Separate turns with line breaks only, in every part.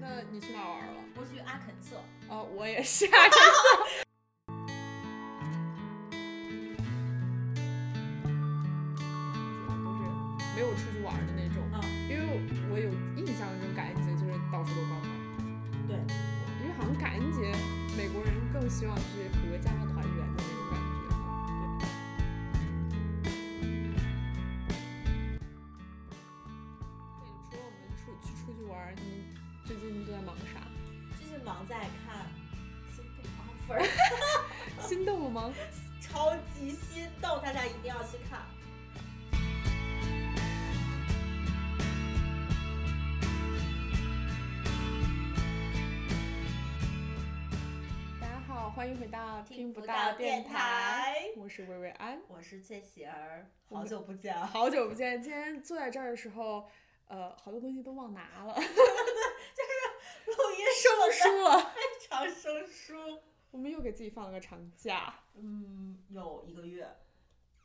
那你去哪儿玩了？
我去阿肯色。
哦，我也是阿肯色。都是没有出去玩的那种，
嗯，
因为我有印象中感恩节就是到处都关门。嗯
对，
因为好像感恩节美国人更希望是合家团圆的那种感觉啊哈。对，除了我们出去出去玩儿，你最近都在忙啥？
就是忙在看心动 offer，
心动了吗？
超级心动，大家一定要去看。
大家好，欢迎回到
听
不
不
到
到电
台，
台
我是薇薇安。
我是翠喜儿，
我
好
们
久不见啊，
好久不见，今天坐在这儿的时候，呃，好多东西都忘拿 了，
录音生
输了。
非常生疏。
我们又给自己放了个长假，
嗯，有一个月，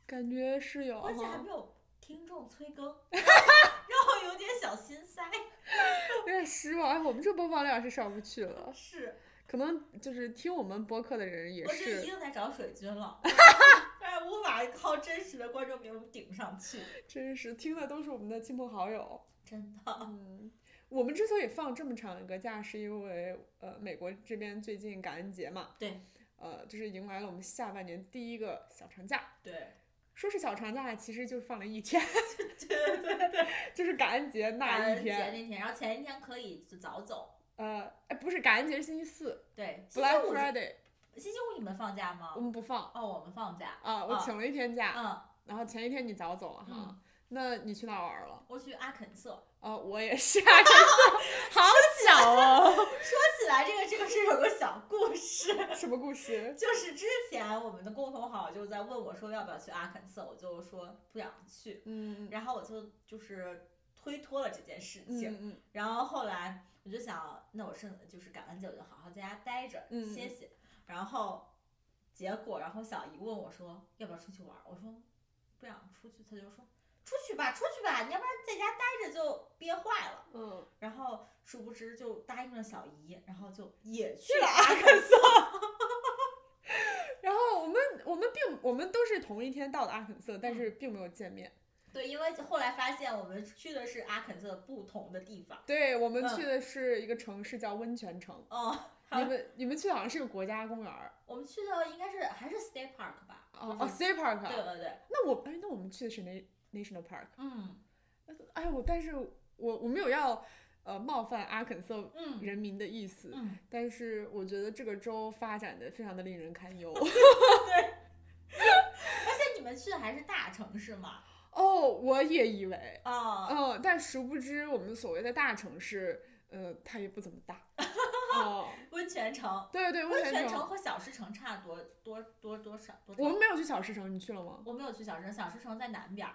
感觉是有
关键
哈
还没有听众催 更，让我有点小心塞。
有点失望。哎，我们这播放量是上不去了，
是，
可能就是听我们播客的人也
我这一
是，
定在找水军 了，但是无法靠真实的观众给我们顶上去，
真是听的都是我们的亲朋好友。
真的。
嗯，我们之所以放这么长一个假，是因为呃，美国这边最近感恩节嘛，
对，
呃，就是迎来了我们下半年第一个小长假。
对，
说是小长假，其实就放了一 天，
对对对。
就是感恩节
感
那
恩
一
节
天。
那天，然后前一天可以就早走。
呃，哎，不是感恩节是星期四
对，星期
，Black
五
Friday
星期五你们放假吗
我？们不放
哦，我们放假。
啊，我
啊
请了一天假，
嗯
然后前一天你早走了哈。
嗯，
那你去哪儿玩了？
我去阿肯色。
啊，我也是阿肯色，好巧哦！
说起来，这个这个是有个小故事，
什么故事？
就是之前我们的共同好友就在问我说要不要去阿肯色，我就说不想去，
嗯
然后我就就是推脱了这件事
嗯
情。
嗯
然后后来我就想，那我剩就是感恩节，我就好好在家待着、
嗯
歇歇。然后结果，然后小姨问我说要不要出去玩儿，我说不想出去，她就说出去吧，出去吧，你要不然在家待着就憋坏了。
嗯，
然后呃殊不知就答应了小姨，然后就也去
去了
阿
阿
肯
肯色。然后我们我们并我们都是同一天到的阿肯色，
嗯
但是并没有见面。
对，因为后来发现我们去的是阿肯色不同的地方。
对我们
嗯
去的是一个城市叫温泉城，
哦，
你们你们去的好像是个国家公园儿
我们去的应该是还是 State Park 吧？
哦
就
哦
是
State Park 啊。
嗯对对对，
那我哎，那我们去的是 Na National Park。
嗯
哎，我但是我我没有要呃冒犯阿肯色
嗯
人民的意思，
嗯，
但是我觉得这个州发展的非常的令人堪忧。
而且你们去的还是大城市嘛？
哦，我也以为，
啊、
嗯、但殊不知我们所谓的大城市，呃，它也不怎么 大。哦，
温泉城，
对对，温
温
泉
泉
城，
城和小石城差多多多多少多
我
少？
们没有去小石城，你去了吗？
我没有去小石城，小石城在南边儿。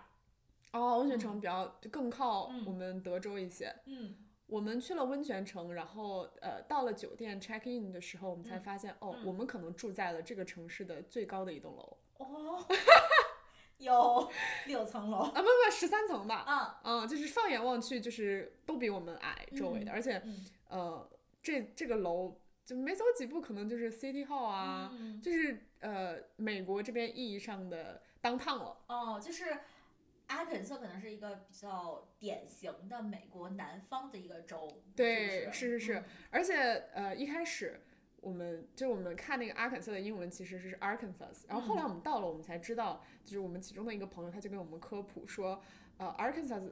哦，温泉城比较就更靠
嗯
我们德州一些。
嗯
我们去了温泉城，然后呃，到了酒店 check in 的时候，我们才
嗯
发现，哦，
嗯
我们可能住在了这个城市的最高的一栋楼
哦， 有六层楼。
啊，不不，十三层吧，
嗯
嗯，就是放眼望去，就是都比我们矮周围的，而且
嗯
呃，这这个楼就没走几步，可能就是 City Hall 啊，
嗯
就是呃美国这边意义上的 downtown 了。
哦，就是阿肯色可能是一个比较典型的美国南方的一个州。
对
是嗯
是
不
是是而且呃一开始我们就是我们看那个阿肯色的英文其实是 Arkansas，然后
嗯
后来我们到了，我们才知道，就是我们其中的一个朋友他就跟我们科普说，呃 Arkansas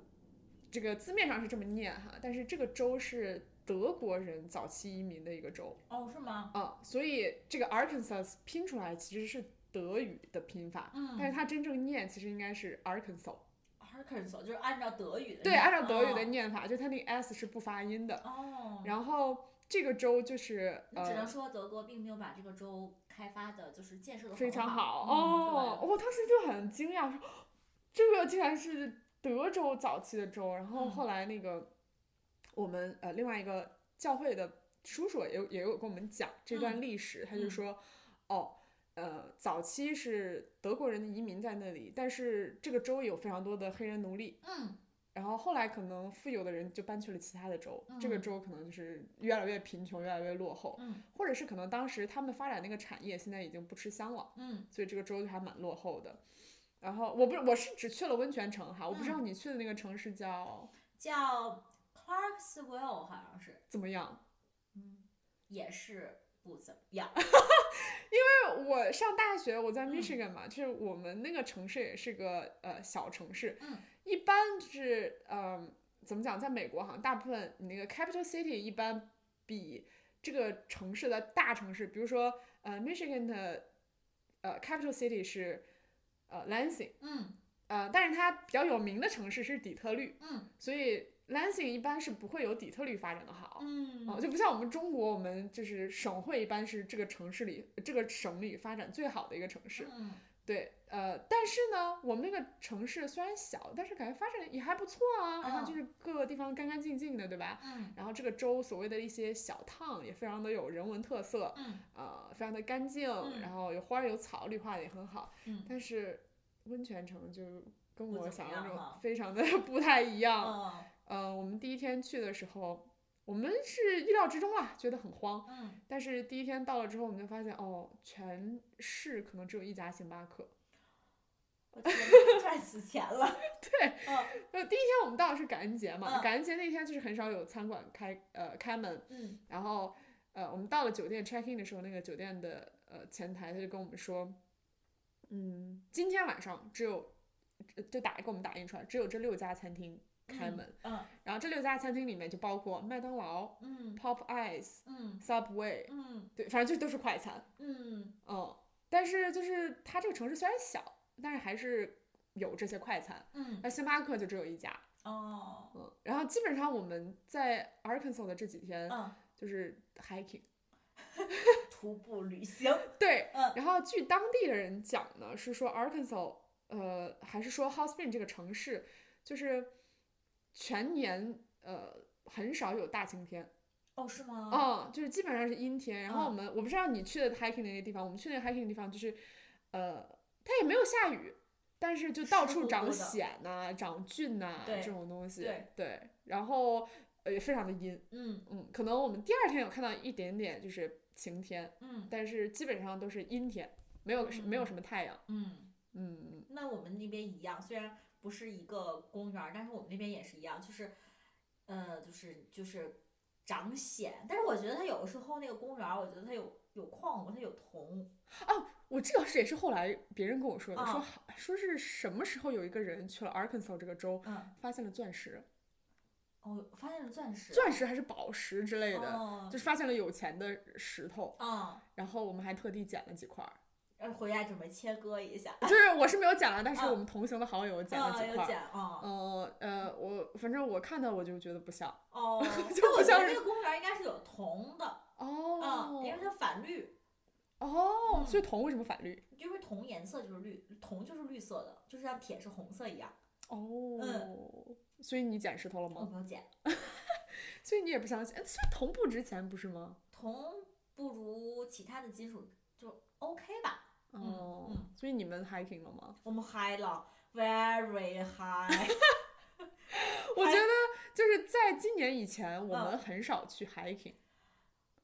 这个字面上是这么念哈，但是这个州是德国人早期移民的一个州。
嗯哦，是吗？
啊，所以这个 Arkansas 拼出来其实是德语的拼法，
嗯
但是它真正念其实应该是 Arkansas。
，Arkansas 就是按照德语的
对，
念
按照德语的
嗯
念法，就它那个 s 是不发音的。
哦，
然后这个州就是
那只能
呃
说德国并没有把这个州开发的，就是建设的
非常
好
好
嗯
哦，我当时就很惊讶，说这个竟然是德州早期的州。然后
嗯
后来那个我们呃另外一个教会的叔叔也有也有跟我们讲这段历史，他就
嗯
说哦。呃，早期是德国人移民在那里，但是这个州有非常多的黑人奴隶，
对嗯，
然后后来可能富有的人就搬去了其他的州，这个
嗯
州可能就是越来越贫穷，越来越落后，
嗯
或者是可能当时他们发展那个产业现在已经不吃香了，
嗯
所以这个州就还蛮落后的。然后我不是我是只去了温泉城哈，我不知
嗯
道你去的那个城市叫
叫 Clarksville 好像是，
怎么样？
嗯，也是不怎么样。
因为我上大学我在
嗯
Michigan 嘛，就是我们那个城市也是个呃小城市，
嗯
一般就是嗯、呃怎么讲，在美国好像大部分你那个 capital city 一般比这个城市的大城市，比如说呃 Michigan 的呃 capital city 是呃 Lansing，
嗯
呃，但是它比较有名的城市是底特律，
嗯
所以 Lansing 一般是不会有底特律发展的好。哦，
嗯
就不像我们中国，我们就是省会一般是这个城市里、这个省里发展最好的一个城市。
嗯，
对，呃，但是呢，我们那个城市虽然小，但是感觉发展也还不错啊。然后就是各个地方干干净净的，对吧？
嗯
然后这个州所谓的一些小烫也非常的有人文特色，
嗯
呃，非常的干净，
嗯
然后有花儿有草，绿化也很好。
嗯
但是温泉城就跟
不
我
怎么
想象
样
中
哈
非常的 不太一样。
嗯
呃，我们第一天去的时候，我们是意料之中啦，觉得很慌。
嗯，
但是第一天到了之后，我们就发现哦，全市可能只有一家星巴克。
我天哪，赚死钱了。
对，
嗯
呃，第一天我们到的是感恩节嘛，
嗯
感恩节那天就是很少有餐馆开呃开门，
嗯
然后呃我们到了酒店 check in 的时候，那个酒店的呃前台他就跟我们说，嗯，今天晚上只有就打给我们打印出来，只有这六家餐厅开门，
嗯
然后这六家餐厅里面就包括麦当劳、
嗯
Pop Ice、
嗯
Subway，
嗯
对，反正就都是快餐，
嗯
嗯，但是就是它这个城市虽然小，但是还是有这些快餐。
嗯
那星巴克就只有一家，
哦
嗯，然后基本上我们在 Arkansas 的这几天
嗯，
就是 hiking，
徒步旅行。
对，
嗯
然后据当地的人讲呢，是说 Arkansas，呃，还是说 Hot Spring 这个城市，就是全年呃很少有大晴天，
哦，是吗？
嗯，就是基本上是阴天。然后我
嗯
们、我不知道你去的 hiking 那个地方，我们去那个 hiking 的地方就是，呃，它也没有下雨，但是就到
湿
处
漉漉
长
的
藓呐、长菌呐、
对
这种东西。
对
然后呃也非常的阴，
嗯
嗯，可能我们第二天有看到一点点就是晴天，
嗯
但是基本上都是阴天，没有、没有什么太阳。
嗯。
嗯，
那我们那边一样，虽然不是一个公园儿，但是我们那边也是一样，就是，呃，就是就是长藓。但是我觉得它有的时候那个公园儿，我觉得它有有矿物，它有铜。
我这个是也是后来别人跟我说的，说
啊
好说是什么时候有一个人去了 Arkansas 这个州，
嗯，
发现了钻石，
哦，发现了钻石。
钻石还是宝石之类的。
哦
就，是发现了有钱的石头，
嗯，
然后我们还特地捡了几块儿。
呃回家准备切割一下。
就是我是没有捡了，但是
啊
我们同行的好友捡了
啊，
几
有
块儿。
剪啊。
嗯呃，我反正我看到我就觉得不像
哦，
就
但
不
我觉
像
得
是
那个公园儿应该是有铜的，啊，因为
哦
它反绿，
哦，
嗯
所以铜为什么反绿？
因为铜颜色就是绿，铜就是绿色的，就是像铁是红色一样。嗯
哦，所以你捡石头了
我
吗？
没有剪。
所以你也不相信？哎所以铜不值钱不是吗？
铜不如其他的金属就 OK 吧。嗯
哦
嗯，
所以你们 hiking 了吗？
我们 high 了，very high。
我
哎
觉得就是在今年以前，我
嗯
们很少去 hiking。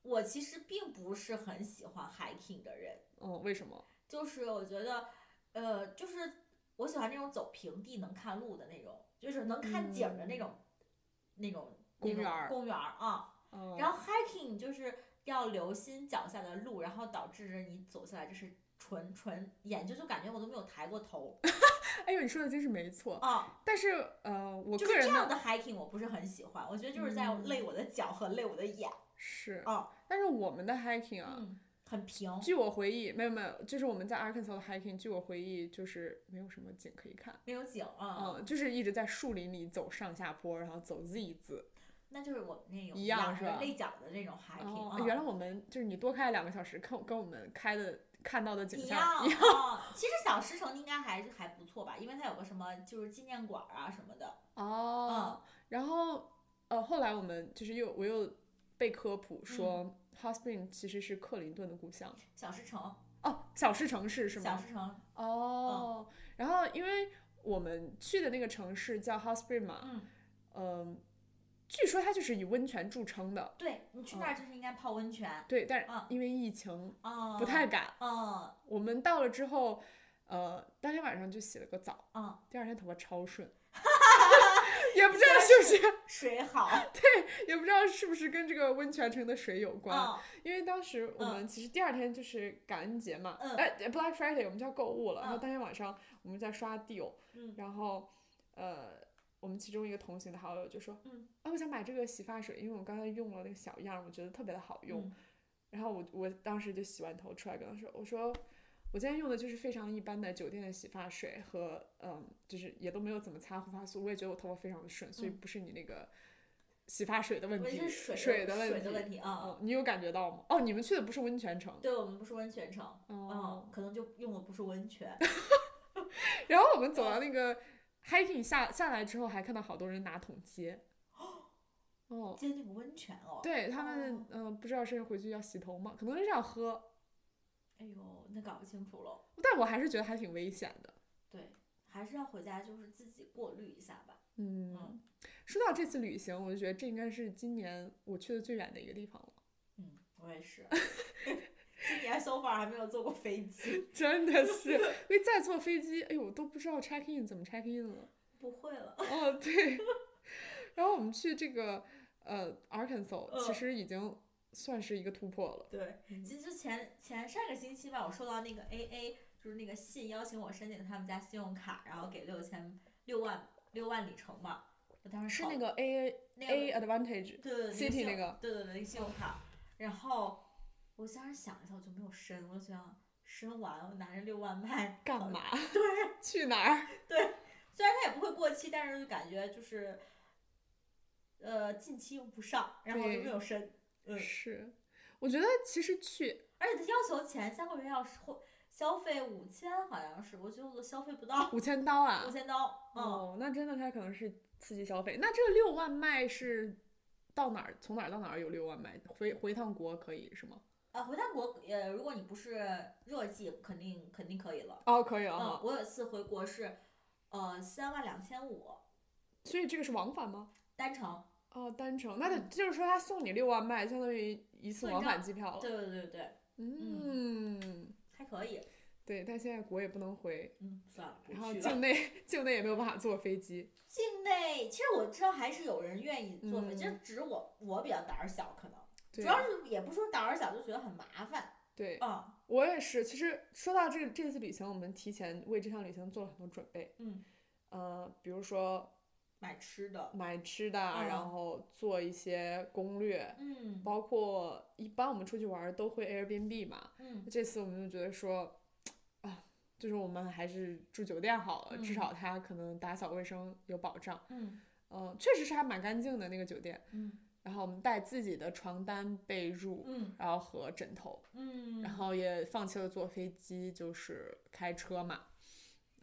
我其实并不是很喜欢 hiking 的人，
嗯，为什么？
就是我觉得，呃，就是我喜欢那种走平地能看路的那种，就是能看景儿的那种，那种那
公
种
园儿
嗯公园儿啊。
嗯，
然后 hiking 就是要留心脚下的路，然后导致你走下来就是纯纯研究，就感觉我都没有抬过头
哎呦，你说的真是没错。
啊。
但是呃，我
就
个
是这
人
样
呢
的 hiking 我不是很喜欢，我觉得就是在
嗯
累我的脚和累我的眼
是
啊，
但是我们的 hiking 啊，
嗯，很平，
据我回忆，没有没有，就是我们在 Arkansas 的 hiking，据我回忆就是没有什么景可以看，
没有景啊，
嗯，就是一直在树林里走上下坡，然后走 Z 字。
那就是我们那种
一
样
样是吧
累脚的那种 hiking
哦
啊，，
原来我们就是你多开了两个小时，看跟我们开的看到的景
一
象
样
一样。
啊。其实小石城应该还是还不错吧，因为它有个什么就是纪念馆啊什么的，
哦，然后呃，后来我们就是又我又被科普说、Hot Spring 其实是克林顿的故乡。
小石城，
哦，小市城市是吗？
小石城，
哦，然后因为我们去的那个城市叫 Hot Spring 嘛，
嗯
嗯据说它就是以温泉著称的，
对你去那儿
哦
就是应该泡温泉
对，但是
啊
因为疫情
啊，
不太敢。
嗯
我们到了之后，呃，当天晚上就洗了个澡，
嗯，
第二天头发超 顺，也不知道是不是，
水 好，
也不知道是不是跟这个温泉城的水有关，
嗯
因为当时我们其实第二天就是感恩节嘛，
嗯
哎、，Black Friday 我们就要购物了，然后
嗯
当天晚上我们在刷 deal，、
嗯
然后呃，我们其中一个同行的好友就说，
嗯
啊，我想买这个洗发水，因为我刚才用了那个小样儿，我觉得特别的好用，
嗯
然后我我当时就洗完头出来跟他说，我说。我今天用的就是非常一般的酒店的洗发水和嗯，就是也都没有怎么擦护发素，我也觉得我头发非常的顺，所以
嗯
不是你那个洗发水的问
我
题，
是水
水
的
问
水的问题啊。
哦，你有感觉到吗？哦，你们去的不是温泉城。
对我们不是温泉城，
哦
嗯，。可能就用的不是温泉，
然后我们走到那个 hiking 下下来之后，还看到好多人拿桶接。哦，
接那个温泉哦。，
对他们，嗯、不知道是回去要洗头吗？可能是要喝，
哎呦，那搞不清楚喽。
但我还是觉得还挺危险的。
对，还是要回家就是自己过滤一下吧。
嗯，
嗯
说到这次旅行，我就觉得这应该是今年我去的最远的一个地方了。
嗯，我也是。 今年 so far 还没有坐过飞 机，
真的是，因为再坐飞机，哎呦，我都不知道 check in 怎么 check in 了。
不会了。
哦，对。然后我们去这个呃 Arkansas，其
嗯
实已经算是一个突破了。
对，其实前前上个星期吧，我收到那个 AA，就是那个信邀请我申请他们家信用卡，然后给六千六万六万里程嘛。我当时
是
好
那个 A
那个
A Advantage，
对对对
City 那
信用
个
对对对，那个信用卡。然后我当时想一下，我就没有申，我就想申完我拿着六万卖
干？嘛？
对，
去哪儿？
虽然它也不会过期，但是就感觉就是，呃，近期用不上，然后我就
对
没有申。嗯，
是，我觉得其实去
而且它要求前三个月要是会消费五千，好像是，我觉得我消费 不到
五千刀啊
五，千刀。嗯，
哦，那真的它可能是刺激消费。那这个六万麦是到哪儿？从哪儿到哪儿有六万麦？回回趟国可以是吗？
呃，回泰国，呃，如果你不是热季，肯定肯定可以了。
哦，可以了
嗯
哈。，
我有一次回国是，呃，三万两千五
所以这个是往返吗？
单程。
哦，单程，
嗯
那得就是说他送你六万麦，相当于一次
对
往
你知道
返机票了。
对对对对，
嗯，
还可以。
对，但现在国也不能回，
嗯，算了，不
然后
去了。
境内境内也没有办法坐飞机。
境内其实我知道还是有人愿意坐飞机，
嗯
只是我我比较胆儿小，可能
对
主，要是也不是说胆儿小，就觉得很麻烦。
对
嗯
我也是。其实说到这这次旅行，我们提前为这趟旅行做了很多准备，
嗯，
呃，比如说
买吃的，
买吃的啊，然
嗯
后做一些攻略，
嗯
包括一般我们出去玩儿都会 Airbnb 嘛，
嗯
这次我们就觉得说，啊，就是我们还是住酒店好了，至
嗯
少它可能打扫卫生有保障。
嗯
嗯、确实是还蛮干净的那个酒店。
嗯
然后我们带自己的床单、被褥，
嗯
然后和枕头，
嗯，
然后也放弃了坐飞机，就是开车嘛。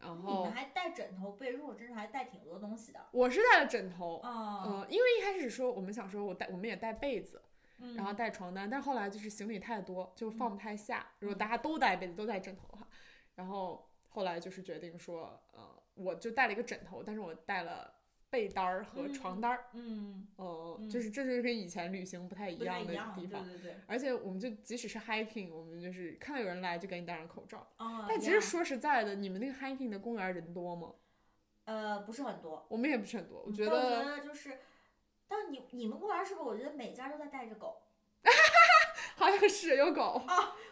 然
你
后
们还带枕头、被褥，真是还带挺多东西的。
我是带了枕头，
哦，
呃，因为一开始说我们想说我带，我们也带被子，
嗯
然后带床单，但是后来就是行李太多，就放不太下。如果
嗯
大家都带被子、都带枕头的话，然后后来就是决定说，呃，我就带了一个枕头，但是我带了被单儿和床单儿，
嗯，
呃，
嗯
就是这就是跟以前旅行不太一
不太
样
一
的
样，
地
对
方。
对对，
而且我们就即使是 hiking，我们就是看到有人来就赶紧戴上口罩。
哦，
但
一
其实
样
说实在的，你们那个 hiking 的公园人多吗？
呃不是很多，
我们也不是很多，我觉
但我
得
觉得就是，但你你们公园是不是？我觉得每家都在带着狗。
好像是有狗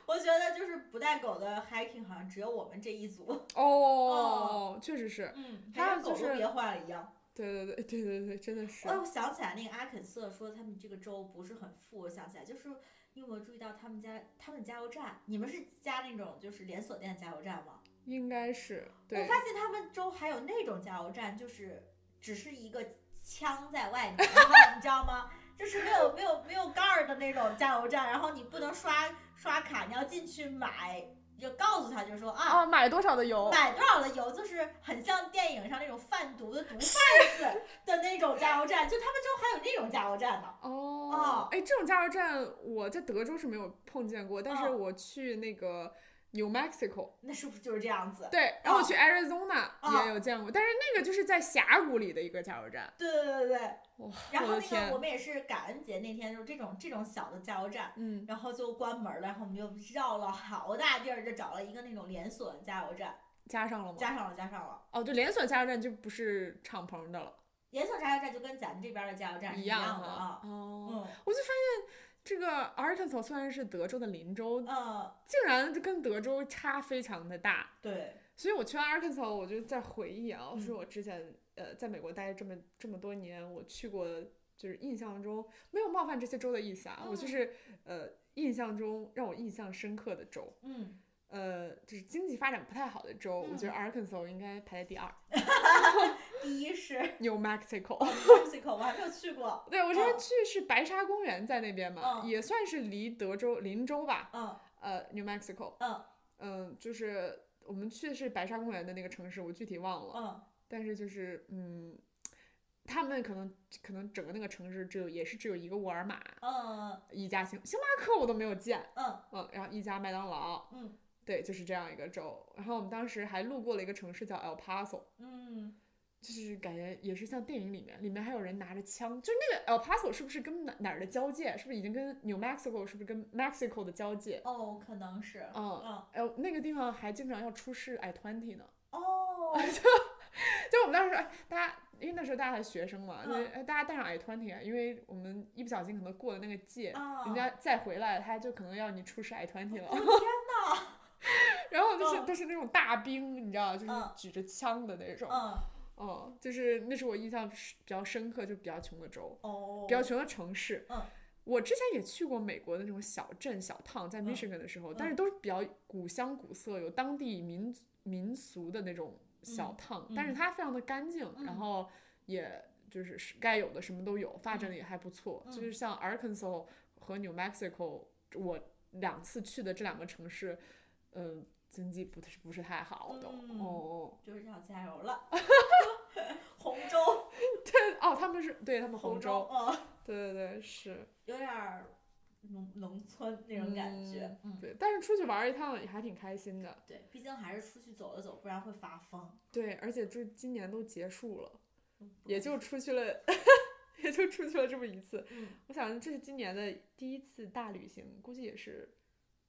我觉得就是不带狗的 hiking 好像只有我们这一组，
哦，确实是，
嗯
还
还
有
狗
就是
都憋坏了一样。
对对对对对对，真的是
哎，我想起来那个阿肯色说他们这个州不是很富，我想起来就是你有没有注意到他们家他们加油站？你们是加那种就是连锁店的加油站吗？
应该是
我
对。
发现他们州还有那种加油站，就是只是一个枪在外 面，然后你知道吗？就是没有没有没有盖儿的那种加油站，然后你不能刷刷卡，你要进去买，就告诉他就说啊，
哦，买多少的油？
买多少的油，就是很像电影上那种贩毒的毒贩子的那种加油站，就他们州还有那种加油站呢。
哦
哦，
哎，这种加油站我在德州是没有碰见过，但是
哦
我去那个 New Mexico，
那是不是就是这样子？
对，然后我去 Arizona
啊
也有见过，但是那个就是在峡谷里的一个加油站，
对对对对对。
哇，
然
我的
后那个
天
我，们也是感恩节那天，就是这种这种小的加油站，
嗯，
然后就关门了，然后我们就绕了好大地儿，就找了一个那种连锁加油站，
加上了吗？
加上了加上了。
哦，对，连锁加油站就不是敞篷的了，
连锁加油站就跟咱们这边的加油站是
一
一样的
哈
啊，。
哦，
嗯
我就发现这个 Arkansas 虽然是德州的邻州，
呃，
竟然就跟德州差非常的大。
对，
所以我去 Arkansas，我就在回忆啊，
嗯
是我之前呃在美国待这么这么多年，我去过，就是印象中没有冒犯这些州的意思啊，我
嗯
就是呃印象中让我印象深刻的州，
嗯，
呃就是经济发展不太好的州，我觉得 Arkansas 应该排在第二
第一是
，New Mexico。
Mexico，我还没有去过，
对我之前
嗯
去是白沙公园在那边嘛，
嗯
也算是离德州邻州吧，
嗯
呃 New Mexico，
嗯
嗯，就是我们去的是白沙公园的那个城市，我具体忘了。
嗯
但是就是嗯，他们可能可能整个那个城市只有也是只有一个沃尔玛、
嗯
一家星星巴克我都没有见，
嗯
嗯，然后一家麦当劳，
嗯
对，就是这样一个州。然后我们当时还路过了一个城市叫 El Paso，
嗯，
就是感觉也是像电影里面，里面还有人拿着枪，就是那个 El Paso 是不是跟哪哪儿的交界？是不是已经跟 New Mexico 是不是跟 Mexico 的交界？
哦，可能是，
嗯
嗯
哎呦，那个地方还经常要出示 I twenty 呢。
哦，
就我们当时哎，大家因为那时候大家还学生嘛，
嗯
就哎大家带上 i twenty，因为我们一不小心可能过了那个界，
啊，
人家再回来他就可能要你出示 i twenty 了。天
哪！
然后就是
嗯
都是那种大兵，你知道，就是
嗯
举着枪的那种。
嗯
嗯，就是那是我印象比较深刻，就比较穷的州，
哦
比，较穷的城市。
嗯
我之前也去过美国的那种小镇、小烫，在
嗯
Michigan 的时候，
嗯
但是都是比较古香古色，有当地民族民俗的那种小烫，但是
嗯
它非常的干净，然
嗯
后也就是是该有的什么都有，发
嗯
展的也还不错。就是像 Arkansas 和 New Mexico，我两次去的这两个城市，嗯、经济不是不是太好的、
嗯
哦
就是要加油 了，红州，
哦，他们是对 他们
嗯红
红州，
嗯。
对对对是，
有点儿农农村那种感觉。嗯，
对，但是出去玩儿一趟也还挺开心的。
对，毕竟还是出去走了走，不然会发疯。
对，而且就是今年都结束了，
嗯不
也
敢
就出去了， 也就出去了这么一次。
嗯，
我想这是今年的第一次大旅行，估计也是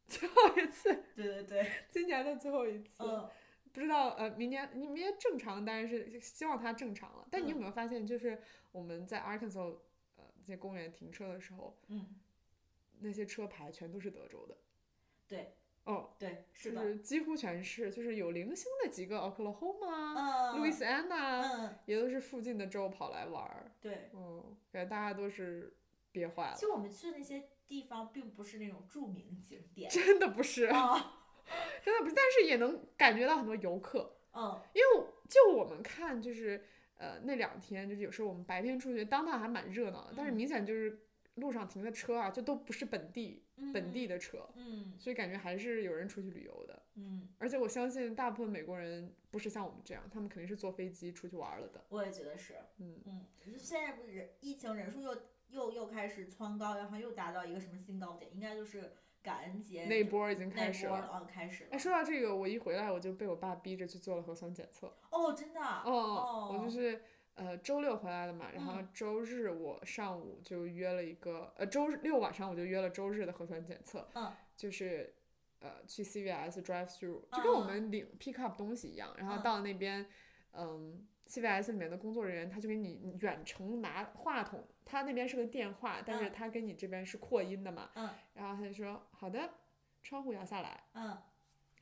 最后一次，
对对对，
今年的最后一次。
嗯
不知道呃，明年你明年正常，当然是希望它正常了。
嗯
但你有没有发现，就是我们在 Arkansas 呃在公园停车的时候，
嗯，
那些车牌全都是德州的。
对。
哦，
对，
就是
的，
是几乎全是，就是有零星的几个 Oklahoma、
嗯，
Louisiana，、
嗯，
也都是附近的州跑来玩儿。
对。
嗯，感觉大家都是憋坏了。
其，实我们去的那些地方，并不是那种著名景点
真的不是，
啊，
真的不是，但是也能感觉到很多游客，
嗯
因为我就我们看就是呃那两天就是有时候我们白天出去，当趟还蛮热闹的，但是
嗯
明显就是路上停的车啊，就都不是本地
嗯，
本地的车，
嗯，
所以感觉还是有人出去旅游的。
嗯嗯，
而且我相信大部分美国人不是像我们这样，他们肯定是坐飞机出去玩了的。
我也觉得是。
嗯，
嗯，现在不是人疫情人数又又又开始蹿高，然后又达到一个什么新高点，应该就是感恩节
那一波已经
那
开始
波
了。
啊开始了。
哎，说到这个，我一回来我就被我爸逼着去做了核酸检测。
哦，真的啊？
哦，我就
哦
是呃周六回来的嘛，然后
嗯
周日我上午就约了一个，呃周日六晚上我就约了周日的核酸检测，
嗯
就是呃去 CVS drive through，就跟我
嗯嗯
们领 pick up 东西一样，然后
嗯
到那边，嗯。CVS 里面的工作人员，他就给你你远程拿话筒，他那边是个电话，但是
嗯
他跟你这边是扩音的嘛，
嗯
然后他就说好的，窗户摇下来，
嗯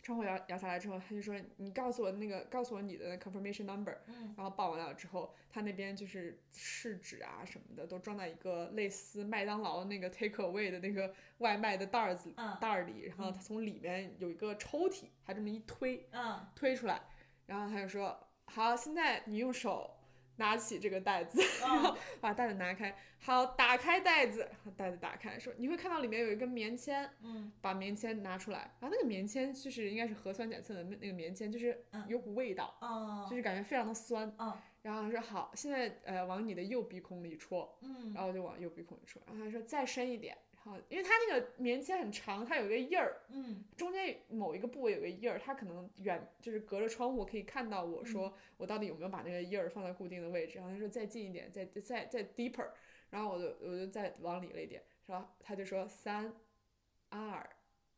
窗户摇摇下来之后，他就说你告诉我那个告诉我你的 confirmation number，
嗯
然后报完了之后，他那边就是试纸啊什么的都装在一个类似麦当劳那个 take away 的那个外卖的袋儿子
嗯
袋儿里，然后他从里面有一个抽屉，还这么一推
嗯，
推出来，然后他就说好，现在你用手拿起这个袋子，
嗯
然 后把袋子拿开，好，打开袋子，袋子打开，说你会看到里面有一根棉签，
嗯
把棉签拿出来，然后那个棉签就是应该是核酸检测的那那个棉签，就是
嗯
有股味道，就
哦
是感觉非常的酸。
哦
然后他说好，现在呃往你的右鼻孔里戳，
嗯
然后我就往右鼻孔里戳，然后他说再深一点，好，因为它那个棉签很长，它有一个印儿，
嗯
中间某一个部位有个印儿，它可能远就是隔着窗户我可以看到我
嗯
说我到底有没有把那个印儿放在固定的位置。然后他说再近一点，再再再 deeper，然后我就我就再往里了一点，然后他就说三二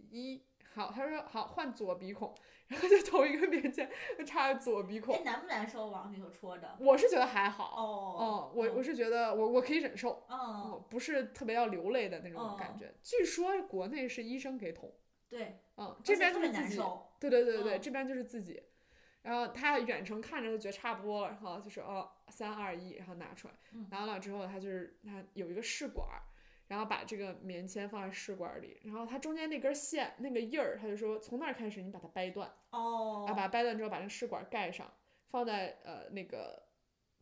一，好，他说好换左鼻孔，然后就同一个棉签就插在左鼻
哎
孔，，
难不难受？往里头戳着？
我是觉得还好，
哦，
嗯，我我是觉得我我可以忍受。
嗯，
哦，不是特别要流泪的那种感
嗯
觉。据说国内是医生给捅，
对，
嗯，
哦而
这
且
边
特
就是
别
自
难
己，
受。
对对对对对，
嗯
这边就是自己。然后他远程看着就觉得差不多了，然后就是哦三二一，然后拿出来
嗯，
拿了之后他就是他有一个试管儿，然后把这个棉签放在试管儿里，然后它中间那根线那个印儿，他就说从那儿开始你把它掰断，
哦
然后，把它掰断之后把那个试管儿盖上，放在呃那个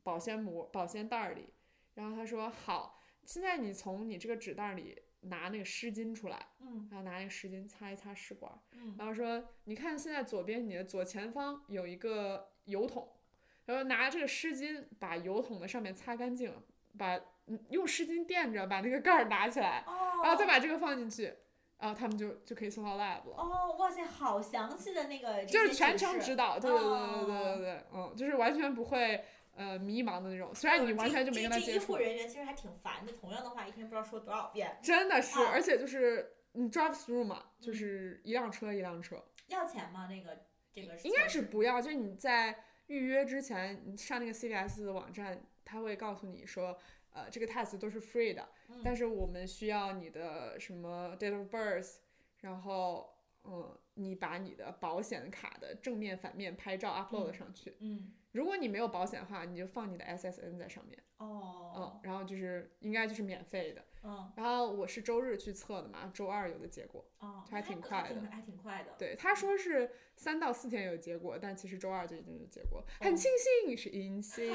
保鲜膜保鲜袋儿里。然后他说好，现在你从你这个纸袋儿里拿那个湿巾出来，
嗯
然后拿那个湿巾擦一擦试管儿。
嗯，
然后说你看现在左边你的左前方有一个油桶，然后拿这个湿巾把油桶的上面擦干净，把嗯用湿巾垫着把那个盖儿拿起来，
哦，
然啊后再把这个放进去，然后他们就就可以送到 lab 了。
哦，哇塞，好详细的那个，
就
这
是
些
全
指
程
示
指导，对对对对对
哦
对对，嗯，就是完全不会呃迷茫的那种，虽然你
嗯
完
这
全就没
这
跟他
这
接
医护
触，
人员其实还挺烦的，同样的话一天不知道说多少遍。
真的是，
啊
而且就是你 drive through 嘛，就
嗯
是一辆车一辆车，
要钱吗？那个这个
应该
算
是不要，就是你在预约之前，你上那个 CVS 的网站，他会告诉你说。呃，这个 test 都是 free 的，
嗯
但是我们需要你的什么 date of birth，然后嗯，你把你的保险卡的正面、反面拍照 upload
嗯
上去，
嗯
如果你没有保险的话，你就放你的 SSN 在上面，嗯
哦，
然后就是应该就是免费的。
嗯
然后我是周日去测的嘛，周二有的结果。
哦，
还
那
挺
可
快
还挺
的
还挺快的。
对，他说是三到四天有结果，但其实周二就已经有结果，
哦
很庆幸是阴 性，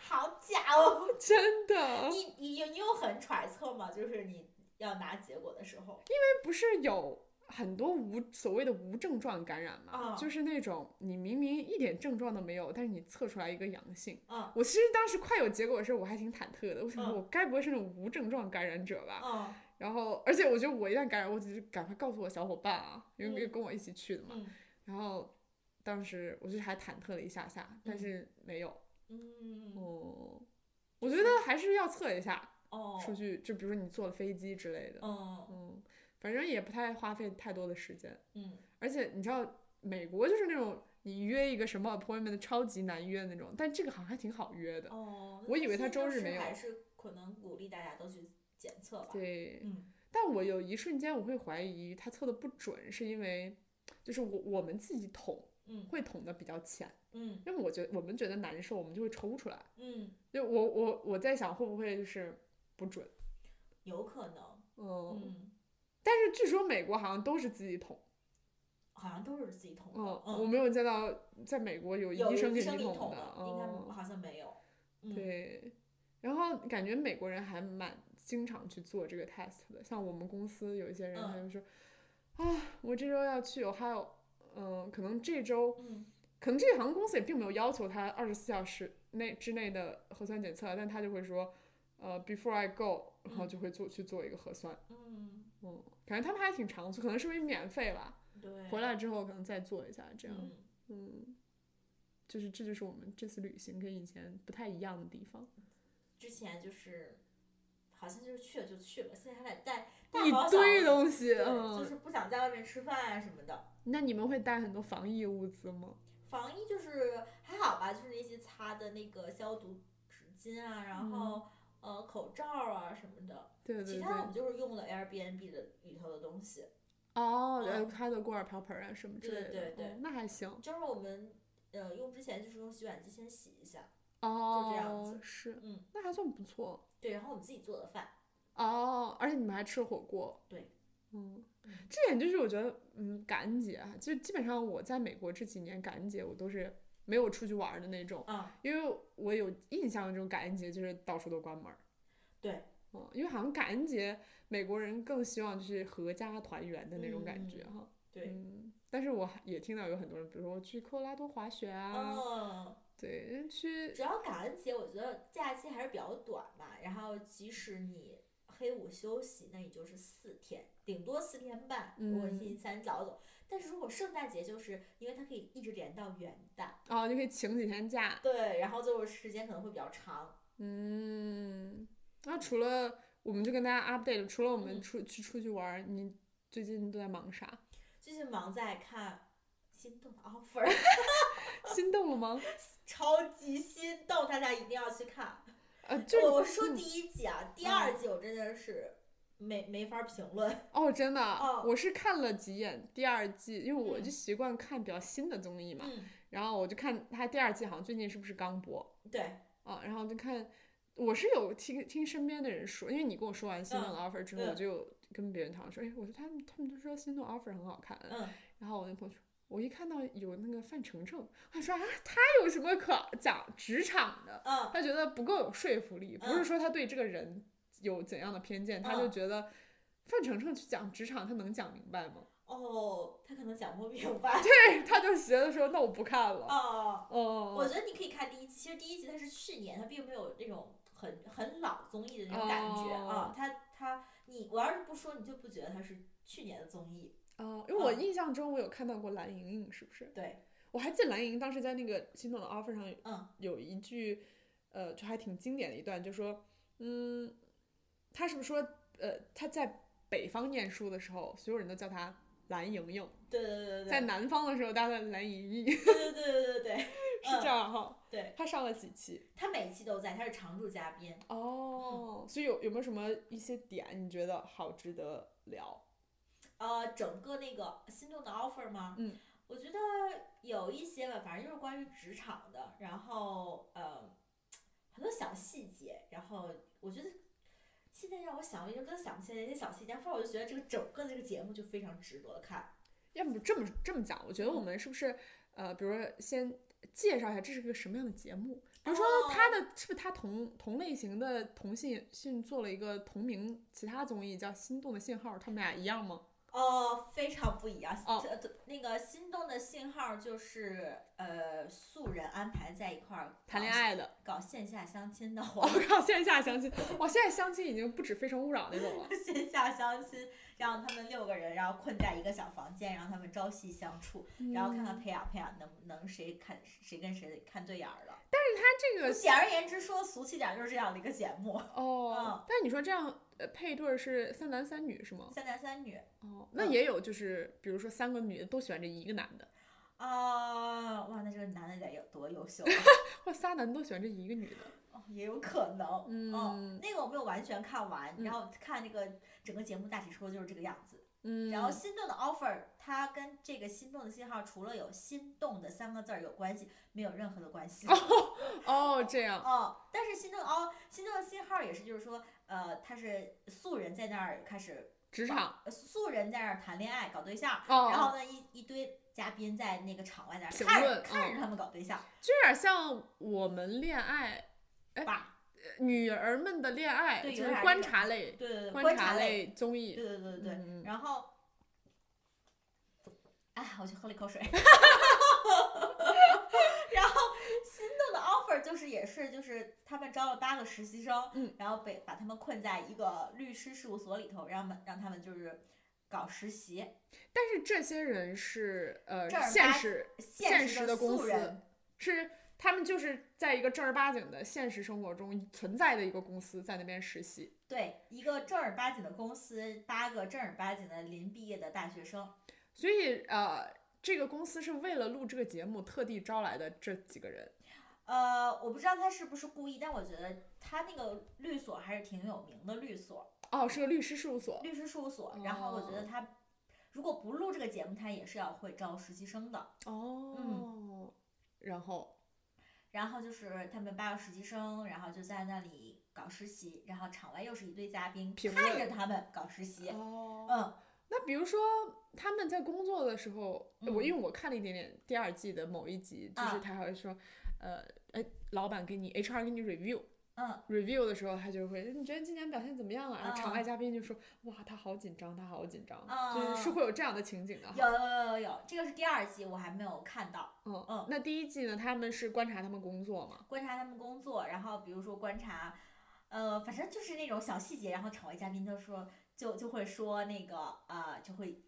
好假哦！
真的。
你你有你有很揣测吗？就是你要拿结果的时候，
不是有很多无所谓的无症状感染嘛，
啊
就是那种你明明一点症状都没有，但是你测出来一个阳性。
嗯
我其实当时快有结果的时候，我还挺忐忑的，我想说
嗯
我该不会是那种无症状感染者吧？
嗯
然后，而且我觉得我一旦感染，我只是赶快告诉我小伙伴啊，因为
嗯
跟我一起去的嘛。
嗯
然后当时我就还忐忑了一下下，但是没有。
嗯
哦，我觉得还是要测一下，
哦
出去就比如说你坐了飞机之类的，
嗯
嗯，反正也不太花费太多的时间。
嗯
而且你知道，美国就是那种你约一个什么 appointment 超级难约的那种，但这个好像还挺好约的。
哦，
我以为他周日
日
没有
还是可能鼓励大家都去检测吧。
对，
嗯
但我有一瞬间我会怀疑他测的不准，是因为就是我我们自己捅
嗯
会捅的比较浅，
嗯
因为我觉得我们觉得难受，我们就会抽出来。
嗯，
就我我我在想会不会就是不准，
有可能。
嗯，
嗯，
但是据说美国好像都是自己捅，
好像都是自己捅的
嗯，。我没有见到在美国有
有
医生给
生
你
理
捅
痛
的，
应
嗯
该好像没有。嗯，
对，然后感觉美国人还蛮经常去做这个 test 的，像我们公司有一些人，
嗯
他就说，啊，我这周要去，我还有，嗯，可能这周，
嗯
可能这个航空公司也并没有要求他二十四小时内之内的核酸检测，但他就会说，呃，before I go，然后
嗯
就会做去做一个核酸，
嗯，
嗯，感觉他们还挺常做，可能是因为免费吧，
对。
回来之后可能再做一下，这样，
嗯，
嗯，就是这就是我们这次旅行跟以前不太一样的地方。
之前就是好像就是去了就去了，现在还得带带
一
好小
堆东西，
对就
嗯，
是不想在外面吃饭啊什么的。
那你们会带很多防疫物资吗？
防疫就是还好吧，就是那些擦的那个消毒纸巾啊，然后、呃口罩啊什么的。
嗯对对
其
对
他，的我们就是用了 Airbnb 的里头的东西，
哦，呃
嗯
它的锅碗瓢盆啊什么之类
对
的，
对对
哦那还行，
就是我们呃用之前就是用洗碗机先洗一下，
哦，
这样子
是，
嗯，
那还算不错，
对，然后我们自己做的饭，
哦，而且你们还吃火锅，
对，
嗯
嗯，
这点就是我觉得，嗯，感恩节啊，就基本上我在美国这几年感恩节我都是没有出去玩儿的那种，
啊、
因为我有印象，这种感恩节就是到处都关门儿。
对，
嗯，因为好像感恩节美国人更希望就是合家团圆的那种感觉
嗯
哈。
对，
嗯，但是我还也听到有很多人，比如说去科罗拉多滑雪啊，
嗯。
对，去
主要感恩节，我觉得假期还是比较短嘛。然后即使你黑五休息，那也就是四天，顶多四天半。如果你星期三早走，但是如果圣诞节，就是因为它可以一直连到元旦，
哦，就可以请几天假。
对，然后就是时间可能会比较长。
嗯，那除了我们就跟大家 update，了除了我们
嗯
出去出去玩儿，你最近都在忙啥？
最近忙在看心动的 offer，
心动了吗？
超级心动，大家一定要去 看。
呃，就是
我是说
嗯
第一季啊，第二季我真的是没没法评论。
哦，真的，
哦
我是看了几眼第二季，因为我
嗯
就习惯看比较新的综艺嘛，
嗯，
然后我就看它第二季好像最近是不是刚播
对，
啊，然后就看，我是有听听身边的人说，因为你跟我说完《心动的 offer》之后，
嗯
我就有跟别人讨论说，哎，我说他们他们都说《心动 offer》很好看，
嗯，
然后我那朋友说。我一看到有那个范丞丞，我说啊，他有什么可讲职场的？
嗯，
他觉得不够有说服力，不是
嗯
说他对这个人有怎样的偏见，他就
嗯
觉得范丞丞去讲职场，他能讲明白吗？
哦，他可能讲不明白。
对，他就觉得说那我不看了。
哦，我
哦，
觉得你可以看第一季，其实第一季它是去年，它并没有那种很很老综艺的那种感觉啊。它它你我要是不说，你就不觉得它是去年的综艺。
哦，因为我
嗯
印象中我有看到过蓝盈莹，是不是？
对，
我还记得蓝盈莹当时在那个《心动的 offer》上有
嗯
有一句，呃，就还挺经典的一段，就说，嗯，他是不是说，呃，他在北方念书的时候，所有人都叫他蓝莹莹，
对对对对
在
对
南方的时候，大家叫蓝莹莹， 是
对对对对对对，
这样哈。
对
他上了几期
他每期都在，他是常驻嘉宾。
哦，所以有有没有什么一些点你觉得好值得聊？
呃，整个那个心动的 offer 吗？
嗯，
我觉得有一些吧，反正就是关于职场的，然后呃，很多小细节，然后我觉得现在让我想，我就跟想不起来一些小细节，反正我就觉得这个整个这个节目就非常值得看。
要不这么这么讲，我觉得我们是不是呃，比如说先介绍一下这是个什么样的节目？比如说
哦
他的、是不是他同同类型的同性性做了一个同名其他综艺叫《心动的信号》，他们俩一样吗？
哦，非常不一样。
哦
这这那个心动的信号就是呃，素人安排在一块儿
谈
搞
恋，爱的，
搞线下相亲的
我
话，
靠，线下相亲，哇，现在相亲已经不止《非诚勿扰》那种了。
线下相亲，让他们六个人，然后困在一个小房间，让他们朝夕相处，然后看看
嗯
培养培养能不能谁看谁跟谁看对眼儿了。
这个
简而言之说，俗气点儿就是这样的一个节目，
哦
嗯，
但是你说这样呃配对儿是三男三女是吗？
三男三女。
哦，那
嗯
也有，就是比如说三个女的都喜欢这一个男的，
啊、哇，那这个男的得有多优秀啊、
或者仨男的都喜欢这一个女的。
哦，也有可能。
嗯
那个我没有完全看完，
嗯
然后看那个整个节目大体说就是这个样子。
嗯，
然后心动的 offer，它跟这个心动的信号除了有心动的三个字儿有关系，没有任何的 关系。
哦这样，
哦，但是心动哦，心动的信号也是，就是说，呃，他是素人在那儿开始
职场
呃素人在那儿谈恋爱搞对象，然
哦，
后呢一一堆嘉宾在那个场外在那
评
儿看
论
着看
嗯
着他们搞对象
就有点像我们恋爱，哎
吧，
呃女儿们的恋爱，
对
就
有
是
点
观
这种
察类、
对对对，
观
察
察
类，
类综
对
艺。
对对对
嗯嗯
对，然后，哎，我去喝了一口水， 然后心动的 offer 就是也是就是他们招了八个实习生，
嗯
然后被把他们困在一个律师事务所里头，让他们让他们就是搞实习，
但是这些人是呃
正儿
现
八
实现
现
实
的
公
素
司
人，，
是他们就是在一个正儿八经的现实生活中存在的一个公司，在那边实习。
对，一个正儿八经的公司，八个正儿八经的临毕业的大学生，
所以呃，这个公司是为了录这个节目特地招来的这几个人。
呃，我不知道他是不是故意，但我觉得他那个律所还是挺有名的律所，
哦，是个律师事务所。
律师事务所，然后我觉
哦
得他如果不录这个节目，他也是要会招实习生的。
哦，
嗯
然后
然后就是他们八个实习生，然后就在那里搞实习，然后场外又是一堆嘉宾
评
看
论
着他们搞实习。
哦，
嗯，
那比如说他们在工作的时候，我因为我看了一点点第二季的某一集，就是
嗯啊
他还会说，呃，哎，老板给你 HR 给你 review。
嗯
，review 的时候，他就会，你觉得今年表现怎么样啊？然后场
嗯
外嘉宾就说，哇，他好紧张，他好紧张，
嗯
就是是会有这样的情景的哈。
有有有有，这个是第二季，我还没有看到。
嗯
嗯
那第一季呢，他们是观察他们工作嘛？
观察他们工作，然后比如说观察，呃，反正就是那种小细节，然后场外嘉宾就说就就会说那个啊、就会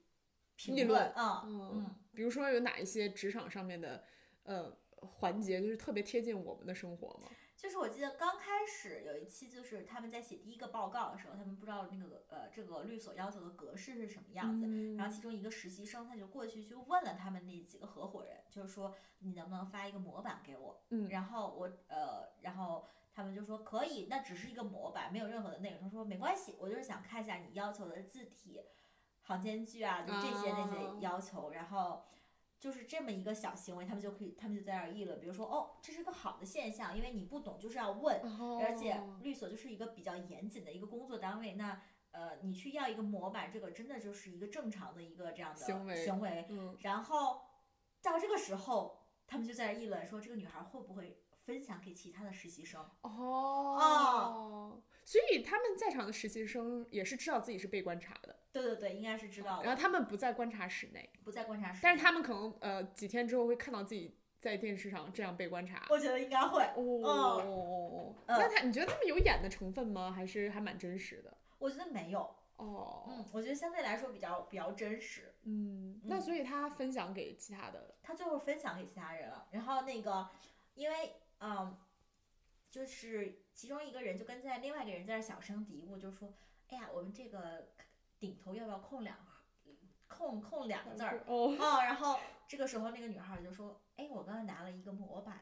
评
议
论
论，
嗯
嗯，比如说有哪一些职场上面的呃环节，就是特别贴近我们的生活吗？
就是我记得刚开始有一期，就是他们在写第一个报告的时候，他们不知道那个呃这个律所要求的格式是什么样子。
嗯
然后其中一个实习生他就过去去问了他们那几个合伙人，就是说你能不能发一个模板给我？
嗯
然后我呃，然后他们就说可以，那只是一个模板，没有任何的内容。他说没关系，我就是想看一下你要求的字体、行间距啊，就这些那
啊
些要求，然后。就是这么一个小行为，他们就可以，他们就在那儿议论，比如说，哦，这是个好的现象，因为你不懂就是要问，
哦，
而且律所就是一个比较严谨的一个工作单位，那呃，你去要一个模板，这个真的就是一个正常的一个这样的
行为
行为。
嗯，
然后到这个时候，他们就在议论说，这个女孩会不会分享给其他的实习生？
哦，所以他们在场的实习生也是知道自己是被观察的，
对对对，应该是知道
然
的，
后他们不在观察室内，
不在观察室。
但是，他们可能呃几天之后会看到自己在电视上这样被观察。
我觉得应该会。
哦，那
嗯
他你觉得他们有演的成分吗？还是还蛮真实的？
我觉得没有，
哦，
嗯，我觉得相对来说比较比较真实。
嗯，那所以他分享给其他的，
他最后分享给其他人了。然后那个，因为嗯，就是其中一个人就跟在另外一个人在那小声嘀咕，就说：“哎呀，我们这个顶头要不要空两空空两个字儿
哦，？”
哦，然后这个时候那个女孩儿就说：“哎，我刚刚拿了一个模板，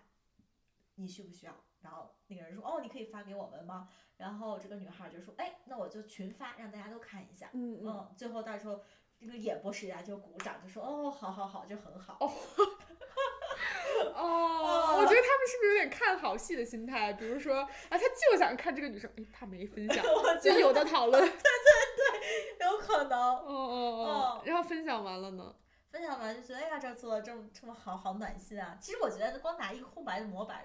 你需不需要？”然后那个人说：“哦，你可以发给我们吗？”然后这个女孩儿就说：“哎，那我就群发，让大家都看一下。”
嗯嗯，
嗯，最后到时候这个演播室大家就鼓掌，就说哦，好好好，就很好。，
哦，我觉得他们是不是有点看好戏的心态？比如说啊，他就想看这个女生，哎，他没分享
我觉
就
得
有的讨论，
有可能
哦哦哦，然后分享完了呢，
分享完就觉得哎呀，这做的这么这么好，好暖心啊！其实我觉得光拿一个空白的模板，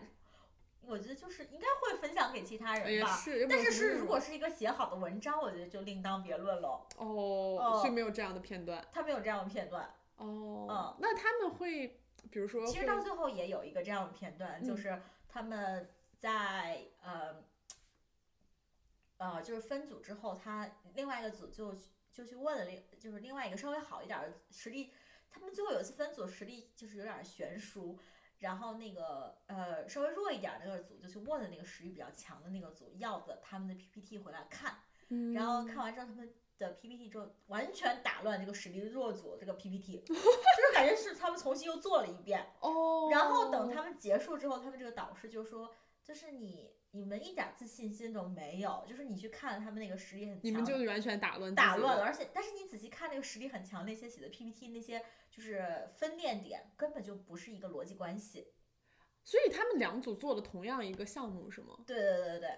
我觉得就是应该会分享给其他人
也
吧。
哎是，有没
但
有
是
什么内
是如
容
果是一个写好的文章，我觉得就另当别论了。
哦，所以没有这样的片段，
他们有这样的片段，
哦，那他们会，比如说
嗯其实
会
到最后也有一个这样的片段，就
嗯
是他们在呃呃，就是分组之后，他另外一个组就去就去问了另就是另外一个稍微好一点儿的实力，他们最后有一次分组实力就是有点儿悬殊。然后那个呃稍微弱一点儿的那个组就去问了那个实力比较强的那个组要的他们的 PPT 回来看，
嗯
然后看完之后，他们的 PPT 之后完全打乱这个实力弱组这个 PPT，就是感觉是他们重新又做了一遍。
哦，
然后等他们结束之后，他们这个导师就说，就是你你们一点自信心都没有，就是你去看他们那个实力很强，
你们就完全打乱自
打
己
乱了，
的，
而且但是你仔细看那个实力很强那些写的 PPT 那些就是分裂点根本就不是一个逻辑关系。
所以他们两组做了同样一个项目是吗？
对对对对对，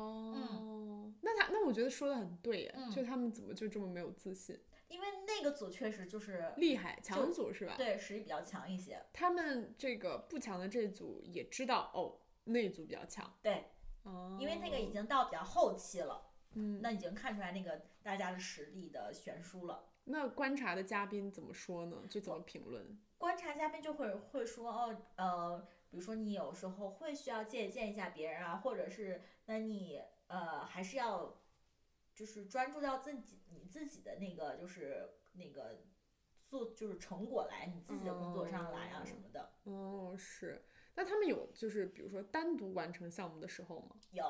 哦，那他那我觉得说的很对耶，
嗯
就他们怎么就这么没有自信？
因为那个组确实就是
厉害，强组是吧？
对实力比较强一些，
他们这个不强的这组也知道哦，那一组比较强。
对，
哦，
因为那个已经到比较后期了。
嗯，
那已经看出来那个大家的实力的悬殊了。
那观察的嘉宾怎么说呢？就怎么评论？
观察嘉宾就会会说哦，呃，比如说你有时候会需要借鉴一下别人啊，或者是那你呃还是要就是专注到自己你自己的那个就是那个做就是成果来，你自己的工作上来啊
哦
什么的。
哦，是。那他们有就是比如说单独完成项目的时候吗？
有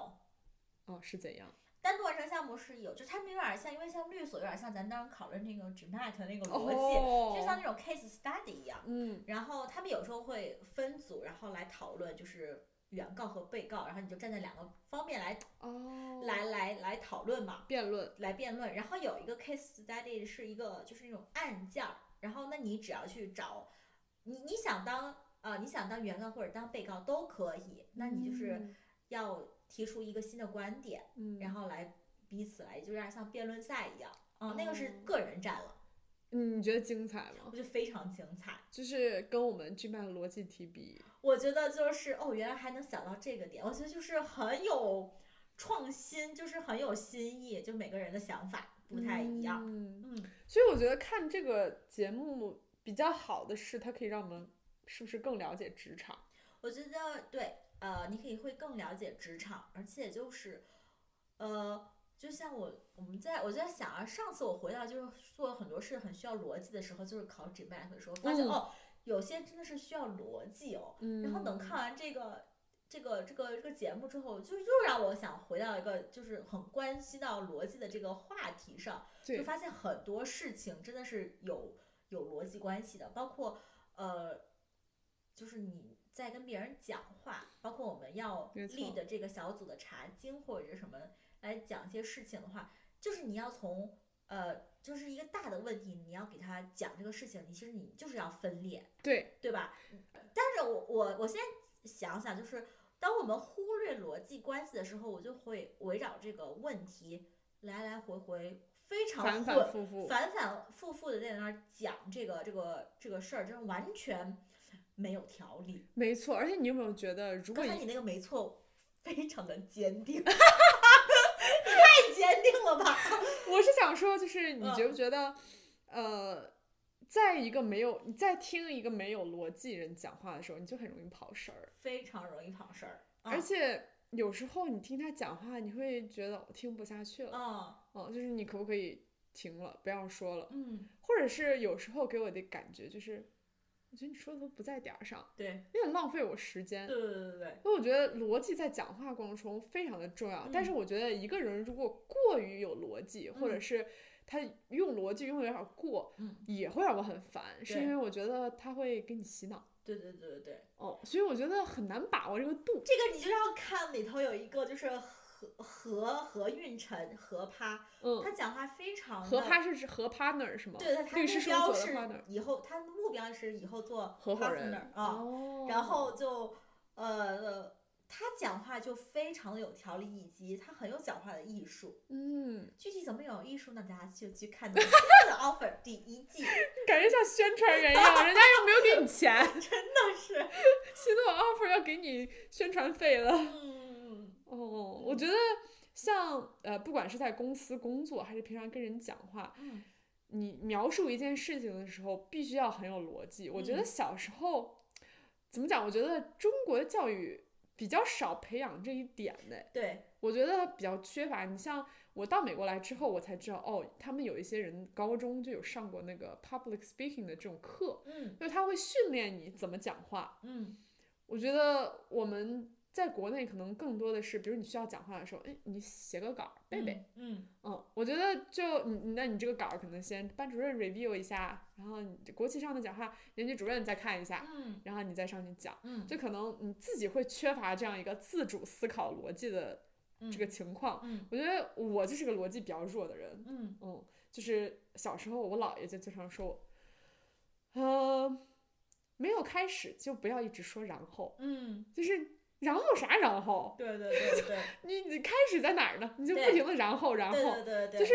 哦，是怎样？
单独完成项目是有，就他们有点像，因为像律所有点像咱当时讨论那个 GMAT 的那个逻辑，就像
哦，
那种 case study 一样。
嗯，
然后他们有时候会分组，然后来讨论，就是原告和被告，然后你就站在两个方面来、
哦，
来来来讨论嘛，
辩论，
来辩论。然后有一个 case study 是一个就是那种案件儿，然后那你只要去找，你你想当呃你想当原告或者当被告都可以，那你就是要提出一个新的观点，
嗯，
然
后
后来彼此来就有点像辩论赛一样。哦、那个是
哦
个人战了，
嗯你觉得精彩吗
我？觉得非常精彩。
就是跟我们 G 曼的逻辑题比，
我觉得就是哦，原来还能想到这个点，我觉得就是很有创新，就是很有新意，就每个人的想法不太一样。
嗯，
嗯，
所以我觉得看这个节目比较好的是，它可以让我们是不是更了解职场？
我觉得对，呃，你可以会更了解职场，而且就是呃，就像我我们在我就在想啊，上次我回到就是做很多事很需要逻辑的时候，就是考 GMAT 的时候，发现、
嗯
哦，有些真的是需要逻辑哦。
嗯，
然后等看完这个这个这个这个节目之后，就又让我想回到一个就是很关系到逻辑的这个话题上，
对
就发现很多事情真的是有有逻辑关系的，包括呃，就是你在跟别人讲话，包括我们要
没错
立的这个小组的查经或者是什么来讲一些事情的话，就是你要从呃。就是一个大的问题，你要给他讲这个事情，你其实你就是要分裂，
对，
对吧？但是我我我现在想想，就是当我们忽略逻辑关系的时候，我就会围绕这个问题来来回回非常
反
混
反复复，
反反复复的在那儿讲这个这个这个事儿，就是完全没有条理。
没错。而且你有没有觉得，如果
刚才
你
你那个没错，非常的坚定，你太坚定了吧？
我是想说，就是你
嗯
觉不觉得，呃，在一个没有你在听一个没有逻辑人讲话的时候，你就很容易跑神儿，
非常容易跑事儿。
而且有时候你听他讲话，你会觉得我听不下去了，
嗯
嗯，就是你可不可以停了，不要说了，
嗯，
或者是有时候给我的感觉就是，我觉得你说的都不在点儿上，
对
有点浪费我时间
对。对对对对，
因为我觉得逻辑在讲话过程中非常的重要，
嗯
但是我觉得一个人如果过于有逻辑，或者
嗯
是他用逻辑用的有点过，
嗯
也会让我很烦，是
对
因为我觉得他会给你洗脑。
对对对对对。
哦，所以我觉得很难把握这个度。
这个你就是要看里头有一个就是何何何运晨何趴，
嗯，
他讲话非常的
合趴是指合 partner 是吗？
嗯对他他
律师
目
事务所
标
的
是
partner
以后他的目标是以后做
合伙人
partner 啊，
哦，
然后就呃呃他讲话就非常的有条理，以及他很有讲话的艺术。
嗯，
具体怎么有艺术呢？大家就去看《新的 offer》第 一季，
感觉像宣传人一样，人家又没有给你钱，
真的是，
新的 offer 要给你宣传费了。
嗯，
哦，我
嗯
觉得像呃，不管是在公司工作，还是平常跟人讲话，
嗯
你描述一件事情的时候，必须要很有逻辑。我觉得
嗯
小时候怎么讲？我觉得中国的教育比较少培养这一点呢。
对，
我觉得比较缺乏。你像我到美国来之后，我才知道哦，他们有一些人高中就有上过那个 public speaking 的这种课，
嗯
就是他会训练你怎么讲话。
嗯，
我觉得我们在国内可能更多的是，比如你需要讲话的时候，哎，你写个稿儿背背。
嗯，
嗯我觉得就你，那你这个稿儿可能先班主任 review 一下，然后你国旗上的讲话，年级主任再看一下，
嗯
然后你再上去讲。
嗯
就可能你自己会缺乏这样一个自主思考逻辑的
嗯，
这个情况。
嗯
我觉得我就是个逻辑比较弱的人，
嗯。
嗯，就是小时候我姥爷就经常说我，呃，没有开始就不要一直说然后，
嗯，
就是然后啥然后，
对对对对
你你开始在哪儿呢？你就不
对
停的然后 然后，
对对对对，
就是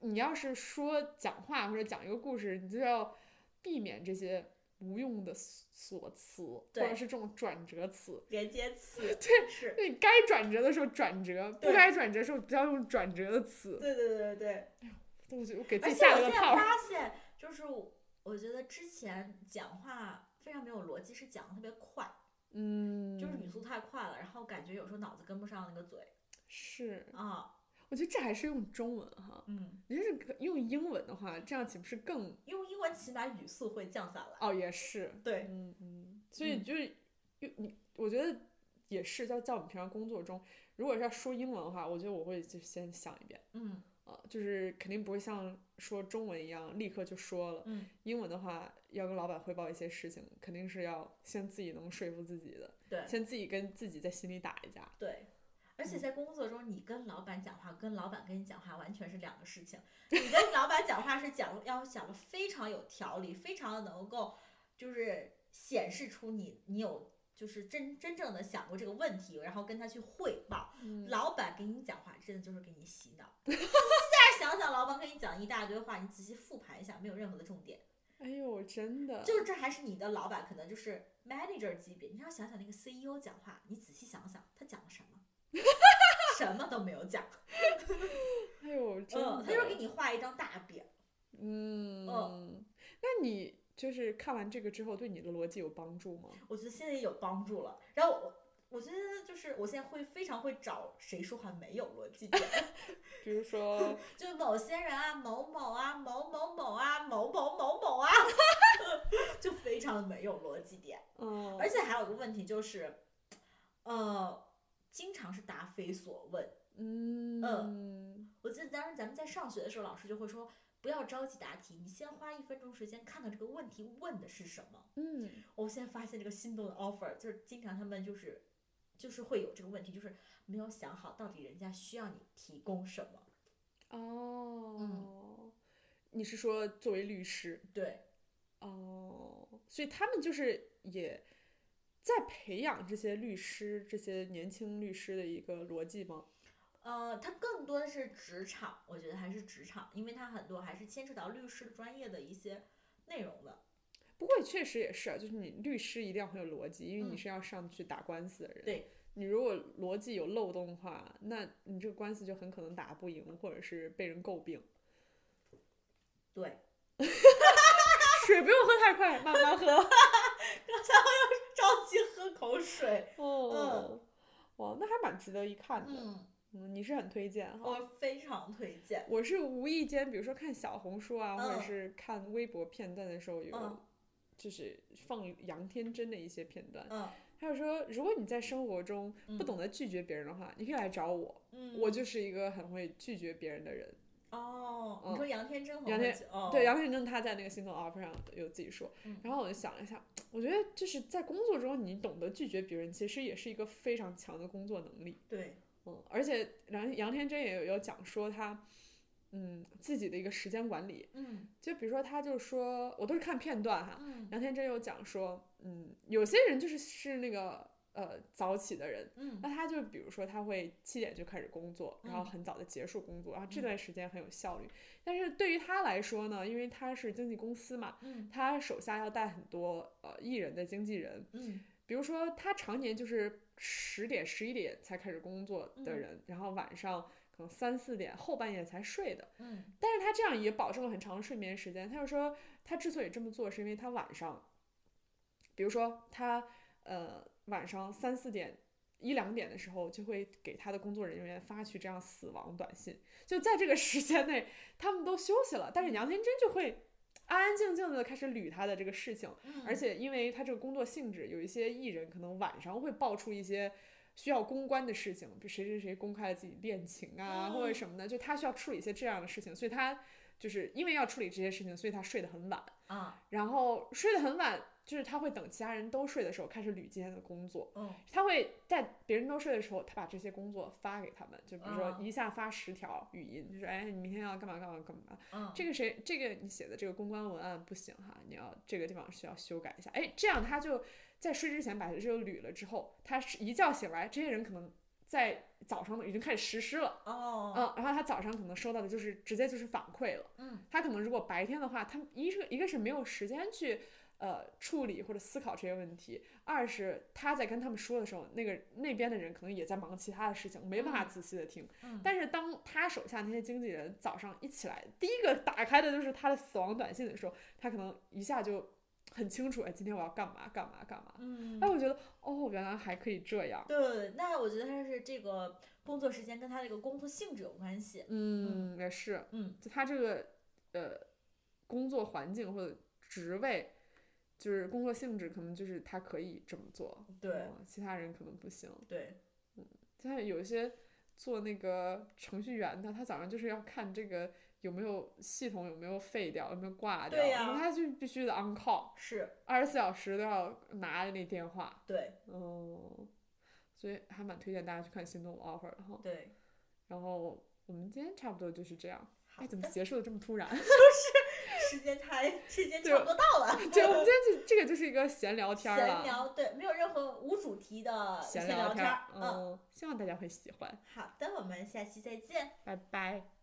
你要是说讲话或者讲一个故事，你就要避免这些无用的所所词，或者
对
是这种转折词。
连接词，
对
是，
对，该转折的时候转折，不
对
该转折的时候不要用转折的词。
对对对对。
我就我给自
而
己
且
下
我
了
现
个
在
套儿。
发现，就是我我觉得之前讲话非常没有逻辑，是讲的特别快，
嗯，
就是语速太快了，然后感觉有时候脑子跟不上那个嘴
是，
啊，
我觉得这还是用中文哈。
嗯，
你就是可用英文的话，这样岂不是更
用英文起码语速会降下来。
哦，也是，
对
嗯嗯，所以
嗯
就是，用你我觉得也是，在在我们平常工作中，如果是要说英文的话，我觉得我会就先想一遍，
嗯
啊、就是肯定不会像说中文一样立刻就说了。
嗯，
英文的话，要跟老板汇报一些事情，肯定是要先自己能说服自己的，
对
先自己跟自己在心里打一架。
对。而且
嗯
在工作中，你跟老板讲话，跟老板跟你讲话完全是两个事情。你跟老板讲话是讲要讲的非常有条理，非常地能够就是显示出你你有就是真真正的想过这个问题，然后跟他去汇报。
嗯，
老板给你讲话，真的就是给你洗脑。你现在想想，老板跟你讲一大堆话，你仔细复盘一下，没有任何的重点。
哎呦，真的，
就是这还是你的老板，可能就是 manager 级别。你要想想那个 CEO 讲话，你仔细想想他讲了什么， 什么都没有讲。
哎呦， 真的，
嗯，他就是给你画一张大饼。
嗯，那你就是看完这个之后，对你的逻辑有帮助吗？
我觉得现在有帮助了。然后我我觉得就是我现在会非常会找谁说话没有逻辑点，
比如 说，
就某些人啊，某某啊，某某某啊，某某某某啊， 就非常的没有逻辑点。
嗯，
而且还有一个问题就是，呃，经常是答非所问。
嗯，
我记得当时咱们在上学的时候，老师就会说，不要着急答题，你先花一分钟时间看看这个问题问的是什么。
嗯，
我现在发现这个心动的 offer，就是经常他们就是就是会有这个问题，就是没有想好到底人家需要你提供什么。
哦，你是说作为律师？
对，
哦，所以他们就是也在培养这些律师、这些年轻律师的一个逻辑吗？
呃，它更多的是职场，我觉得还是职场，因为它很多还是牵扯到律师专业的一些内容的。
不过也确实也是啊，就是你律师一定要很有逻辑，因为你
嗯
是要上去打官司的人。
对，
你如果逻辑有漏洞的话，那你这个官司就很可能打不赢，或者是被人诟病。
对，
水不用喝太快，慢慢喝。
刚才我又着急喝口水。
哦，哇，那还蛮值得一看的。
嗯，
嗯，你是很推荐哈。
我非常推荐。
我是无意间，比如说看小红书啊，或者
嗯
是看微博片段的时候，有
嗯
就是放杨天真的一些片段。
嗯
还有说，如果你在生活中不
嗯
懂得拒绝别人的话，你可以来找我，
嗯，
我就是一个很会拒绝别人的人。
哦，
嗯
你说杨天真很
杨
会
天
去哦，
对，杨天真他在那个心动 offer 上有自己说
嗯，
然后我就想了一下，我觉得就是在工作中你懂得拒绝别人，其实也是一个非常强的工作能力。
对，
嗯，而且杨杨天真也有有讲说他，嗯，自己的一个时间管理，
嗯
就比如说他就说，我都是看片段哈，
嗯
杨天真有讲说，嗯，有些人就是是那个呃早起的人，
嗯
那他就比如说他会七点就开始工作，然后
嗯
很早的结束工作，然后这
嗯
段时间很有效率。但是对于他来说呢，因为他是经纪公司嘛，
嗯
他手下要带很多呃艺人的经纪人，
嗯
比如说他常年就是十点十一点才开始工作的
嗯
人，然后晚上可能三四点后半夜才睡的，
嗯
但是他这样也保证了很长的睡眠时间。他就说，他之所以这么做，是因为他晚上，比如说他呃晚上三四点、一两点的时候，就会给他的工作人员发去这样死亡短信，就在这个时间内，他们都休息了，
嗯
但是杨天真就会安安静静的开始捋他的这个事情。
嗯，
而且因为他这个工作性质，有一些艺人可能晚上会爆出一些需要公关的事情，比如谁谁谁公开了自己恋情啊，或者
嗯
什么的，就他需要处理一些这样的事情，所以他就是因为要处理这些事情，所以他睡得很晚，
啊
然后睡得很晚，就是他会等其他人都睡的时候开始捋今天的工作。
嗯
他会在别人都睡的时候，他把这些工作发给他们，就比如说
啊
一下发十条语音，就说哎，你明天要干嘛干嘛干嘛，
嗯，
这个谁，这个你写的这个公关文案不行哈，你要这个地方需要修改一下。哎，这样他就在睡之前把这个捋了之后，他是一觉醒来，这些人可能在早上已经开始实施了，
哦
嗯，然后他早上可能收到的就是直接就是反馈了。
嗯
他可能如果白天的话，他一是一个是没有时间去呃处理或者思考这些问题，二是他在跟他们说的时候，那个那边的人可能也在忙其他的事情，没办法
嗯
仔细的听。
嗯
但是当他手下那些经纪人早上一起来，第一个打开的就是他的死亡短信的时候，他可能一下就很清楚，哎，今天我要干嘛干嘛干嘛。
嗯
哎，，我觉得哦，原来还可以这样。
对，那我觉得他是这个工作时间跟他这个工作性质有关系。
嗯，也是，
嗯，
就他这个呃工作环境或者职位，就是工作性质，可能就是他可以这么做，
对
嗯其他人可能不行。
对，
像有一些做那个程序员的，他早上就是要看这个有没有系统有没有废掉，有没有挂掉，
对
然后
呀
他就必须得 on call，
是，
二十四小时都要拿着那电话，
对
嗯，所以还蛮推荐大家去看《心动 offer》的哈。
对，
然后我们今天差不多就是这样。
好
哎，怎么
的，
结束的这么突然？
时间差 时间
哎对
差不多到了，
对，我们今天就这个就是一个闲聊天儿
闲
了，
聊对，没有任何无主题的
闲
聊
天
天
儿
儿。嗯，
嗯，希望大家会喜欢，
好的，我们下期再见。
拜拜。